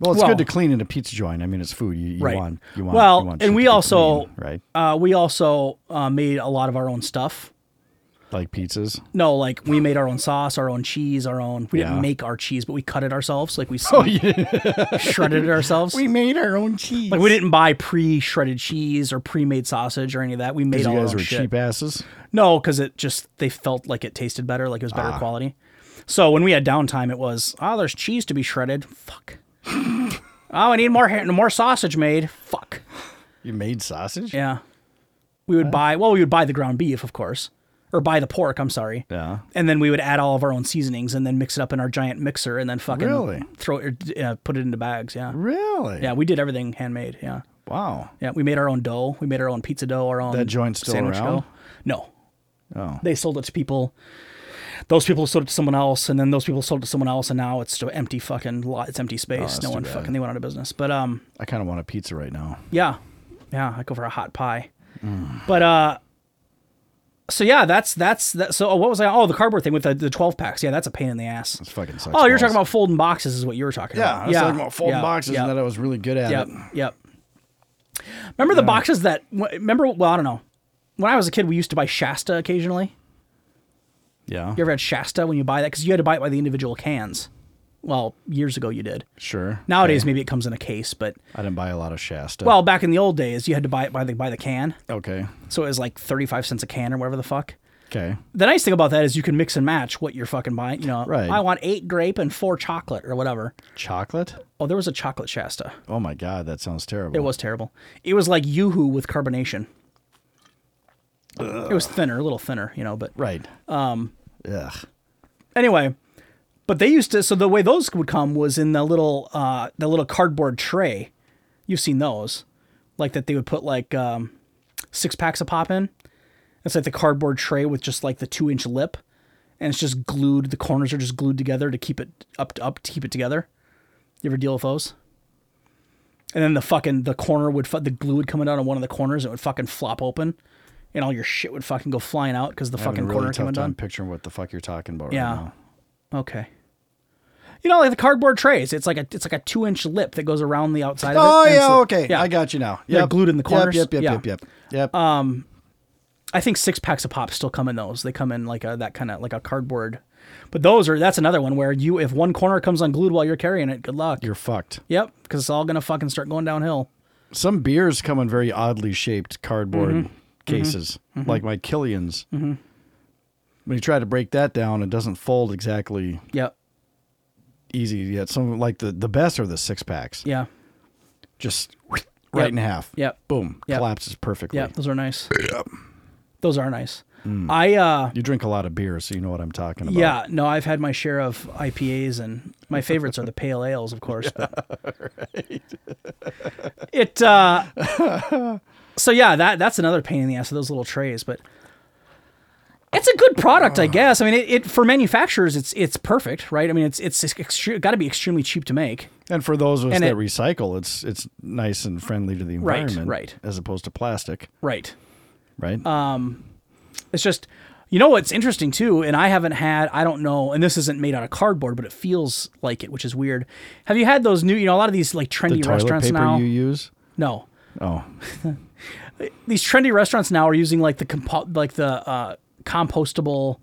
it's
Well-
good to clean in a pizza joint. I mean, it's food. You, you
Right.
want. You want.
Well,
you want
and
shit
we
to be
also-
clean, right
uh, we also uh, made a lot of our own stuff.
like pizzas.
No, like we made our own sauce, our own cheese, our own. We
Yeah. Oh,
didn't make our cheese, but we cut it ourselves. Like we shredded it ourselves.
made our own cheese.
like we didn't buy pre-shredded cheese or pre-made sausage or any of that. We made
You
all our
guys
own
were
Oh, shit.
cheap asses.
No, because it just they felt like it tasted better, like it was better
Ah.
quality. So when we had downtime, it was oh, there's "Ah, cheese to be shredded. Fuck. oh, I need more ha- more sausage made. Fuck.
You made sausage?
Yeah. We would buy, well, we would buy the ground beef, of course, or buy the pork, I'm sorry.
Yeah.
And then we would add all of our own seasonings and then mix it up in our giant mixer and then fucking
Really?
throw it, or, uh, put it into bags. Yeah.
Really?
Yeah. We did everything handmade. Yeah.
Wow.
Yeah. We made our own dough. We made our own pizza dough, our own
That joint's still
sandwich
around?
dough. No.
Oh.
They sold it to people. Those people sold it to someone else, and then those people sold it to someone else, and now it's just an empty fucking lot. It's empty space.
Oh, that's
no
too
one
bad.
fucking. They went out of business. But um,
I kind of want a pizza right now.
yeah, yeah, I go for a hot pie.
Mm.
But uh, so yeah, that's that's that. So oh, what was I? Oh, the cardboard thing with the, the twelve packs. Yeah, that's a pain in the ass.
It's fucking sucks.
Oh, you're
balls.
talking about folding boxes, is what you were talking
Yeah,
about.
I was talking about folding
yeah,
boxes
yeah,
and that I was really good at
Yep.
it.
Yep. Remember the boxes that? w- Remember? Well, I don't know. When I was a kid, we used to buy Shasta occasionally.
Yeah.
You ever had Shasta when you buy that? Because you had to buy it by the individual cans. Well, years ago you did.
Sure.
Nowadays
Okay.
maybe it comes in a case, but
I didn't buy a lot of Shasta.
well, back in the old days you had to buy it by the by the can,
okay.
so it was like thirty five cents a can or whatever the fuck.
Okay.
The nice thing about that is you can mix and match what you're fucking buying. You know,
Right.
I want eight grape and four chocolate or whatever.
Chocolate?
Oh, there was a chocolate Shasta.
Oh my god, that sounds terrible.
It was terrible. It was like YooHoo with carbonation. It was thinner, a little thinner, you know, but
Right. Um Ugh.
anyway, but they used to. So the way those would come was in the little uh, the little cardboard tray. You've seen those, like that they would put like um, six packs of pop in. It's like the cardboard tray with just like the two inch lip, and it's just glued. The corners are just glued together to keep it up to up to keep it together. You ever deal with those? And then the fucking the corner would fu- the glue would come down on one of the corners. And it would fucking flop open, and all your shit would fucking go flying out because the
Having
fucking
a
corner
really
came
tough time
undone.
picturing what the fuck you're talking about
Yeah.
right now.
Okay. You know, like the cardboard trays. It's like a it's like a two inch lip that goes around the outside.
Oh
of it. and
yeah,
so-
okay.
Yeah,
I got you now.
They're
Yep.
glued in the corners.
Yep, yep,
Yeah. Uh,
yep, yep, yep. Yep.
I think six packs of pops still come in those. They come in like a that kind of like a cardboard. But those are that's another one where you if one corner comes unglued while you're carrying it, good luck.
you're fucked.
yep, because it's all gonna fucking start going downhill.
Some beers come in very oddly shaped cardboard
Mm-hmm.
cases, like my Killian's. When you try to break that down, it doesn't fold exactly
Yep.
easy yet. Some like the the best are the six packs.
Yeah.
Just right in half.
Yep.
Boom.
Yep.
Collapses perfectly.
Yeah. Those are nice. Those are nice.
Hmm.
I uh
You drink a lot of beer, so you know what I'm talking about.
yeah, no, I've had my share of IPAs and my favorites are the pale ales, of course. But it uh so yeah, that that's another pain in the ass of those little trays, but it's a good product, I guess. I mean, it, it for manufacturers, it's it's perfect, right? I mean, it's it's extre- got to be extremely cheap to make.
And for those of us
And
that
it-
recycle, it's it's nice and friendly to the
Right,
environment,
right. Uh,
As opposed to plastic,
Right.
right?
It's just, you know, what's interesting too, and I haven't had, I don't know, and this isn't made out of cardboard, but it feels like it, which is weird. Have you had those new, you know, a lot of these like
the
trendy
toilet
restaurants
paper
now?
you use.
no.
Oh,
These trendy restaurants now are using like the compo- like the uh, compostable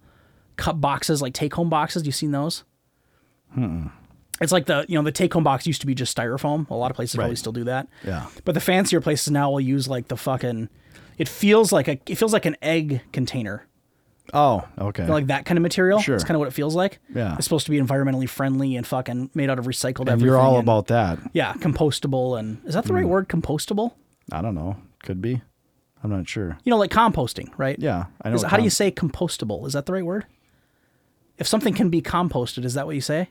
cup boxes, like take home boxes. You seen those?
Hmm.
It's like the you know the take home box used to be just styrofoam. A lot of places probably still do that.
Yeah.
But the fancier places now will use like the fucking. It feels like a it feels like an egg container.
oh, okay.
like that kind of material.
Sure.
It's kind of what it feels like.
Yeah.
It's supposed to be environmentally friendly and fucking made out of recycled
and
everything.
you're all
and-
about Mm. that.
yeah, compostable and is that the right word? Compostable?
I don't know. Could be. I'm not sure.
You know, like composting, right?
Yeah, I know.
Is-
what
how do you
con-
say compostable? Is that the right word? If something can be composted, is that what you say?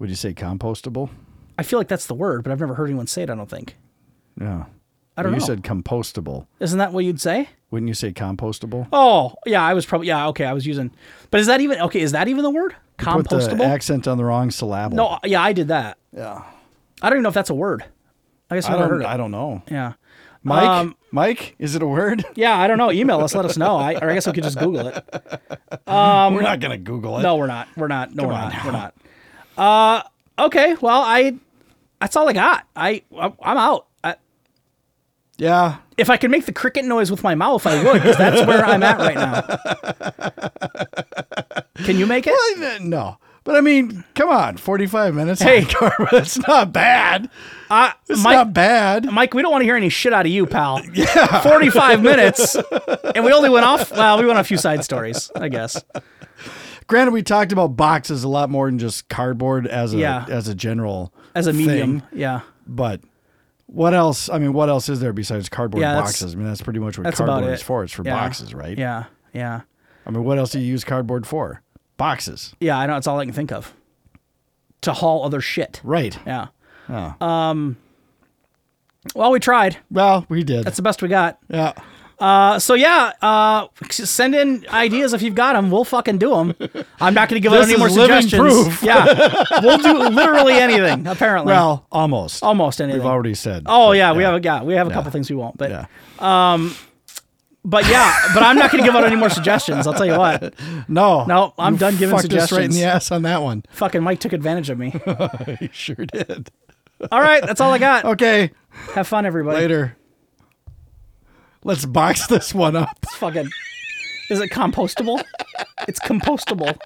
Would you say compostable?
I feel like that's the word, but I've never heard anyone say it. I don't think.
Yeah.
I don't
you
know.
said compostable.
Isn't that what you'd say?
Wouldn't you say compostable?
Oh, yeah. I was probably yeah. Okay, I was using. But is that even okay? Is that even the word?
Put the
Compostable?
accent on the wrong syllable.
No. uh, Yeah, I did that.
Yeah.
I don't even know if that's a word. I guess I've
I
never
don't.
heard it.
I don't know.
yeah.
Mike.
Um,
Mike, is it a word?
Yeah, I don't know. Email us. Let us know. I, or I guess we could just Google it.
we're not gonna Google it.
um, No, we're not. We're not. No, we're not. We're not. Uh, okay. Well, I. That's all I got. I. I'm I'm out. I,
Yeah.
if I could make the cricket noise with my mouth, I would. 'cause that's where I'm at right now. Can you make it?
Uh, No. But I mean, come on, 45 minutes.
Hey.
Hey, that's not bad.
Uh,
It's
Mike,
not bad.
Mike, we don't want to hear any shit out of you, pal. Yeah. 45 minutes, and we only went off. Well, we went on a few side stories, I guess.
Granted, we talked about boxes a lot more than just cardboard as a
Yeah.
as a general
As a medium,
thing,
yeah.
but What else? I mean, what else is there besides cardboard
Yeah, that's-
boxes? I mean, that's pretty much what
that's about
cardboard
it.
is for. It's for
Yeah.
boxes, right?
Yeah, yeah,
I mean, what else do you use cardboard for? Boxes,
yeah. I know. It's all I can think of to haul other shit.
right?
Yeah. Um,
Oh.
Well, we tried.
well, we did.
That's the best we got.
yeah.
Uh, so yeah, uh, send in ideas if you've got them. We'll fucking do them. I'm not going to give out
This
any more
is living
suggestions.
proof.
Yeah, we'll do literally anything. Apparently,
Well, almost.
almost anything.
We've already said.
oh yeah, we have a yeah, we have a couple things we won't, but um,
Yeah.
but yeah, but I'm not going to give out any more suggestions. I'll tell you what,
No.
No, I'm
You
done giving
fucked us right in
suggestions.
the ass on that one.
fucking Mike took advantage of me.
You sure did.
All right, that's all I got.
Okay.
Have fun, everybody.
Later. Let's box this one up.
It's fucking. Is it compostable? it's compostable.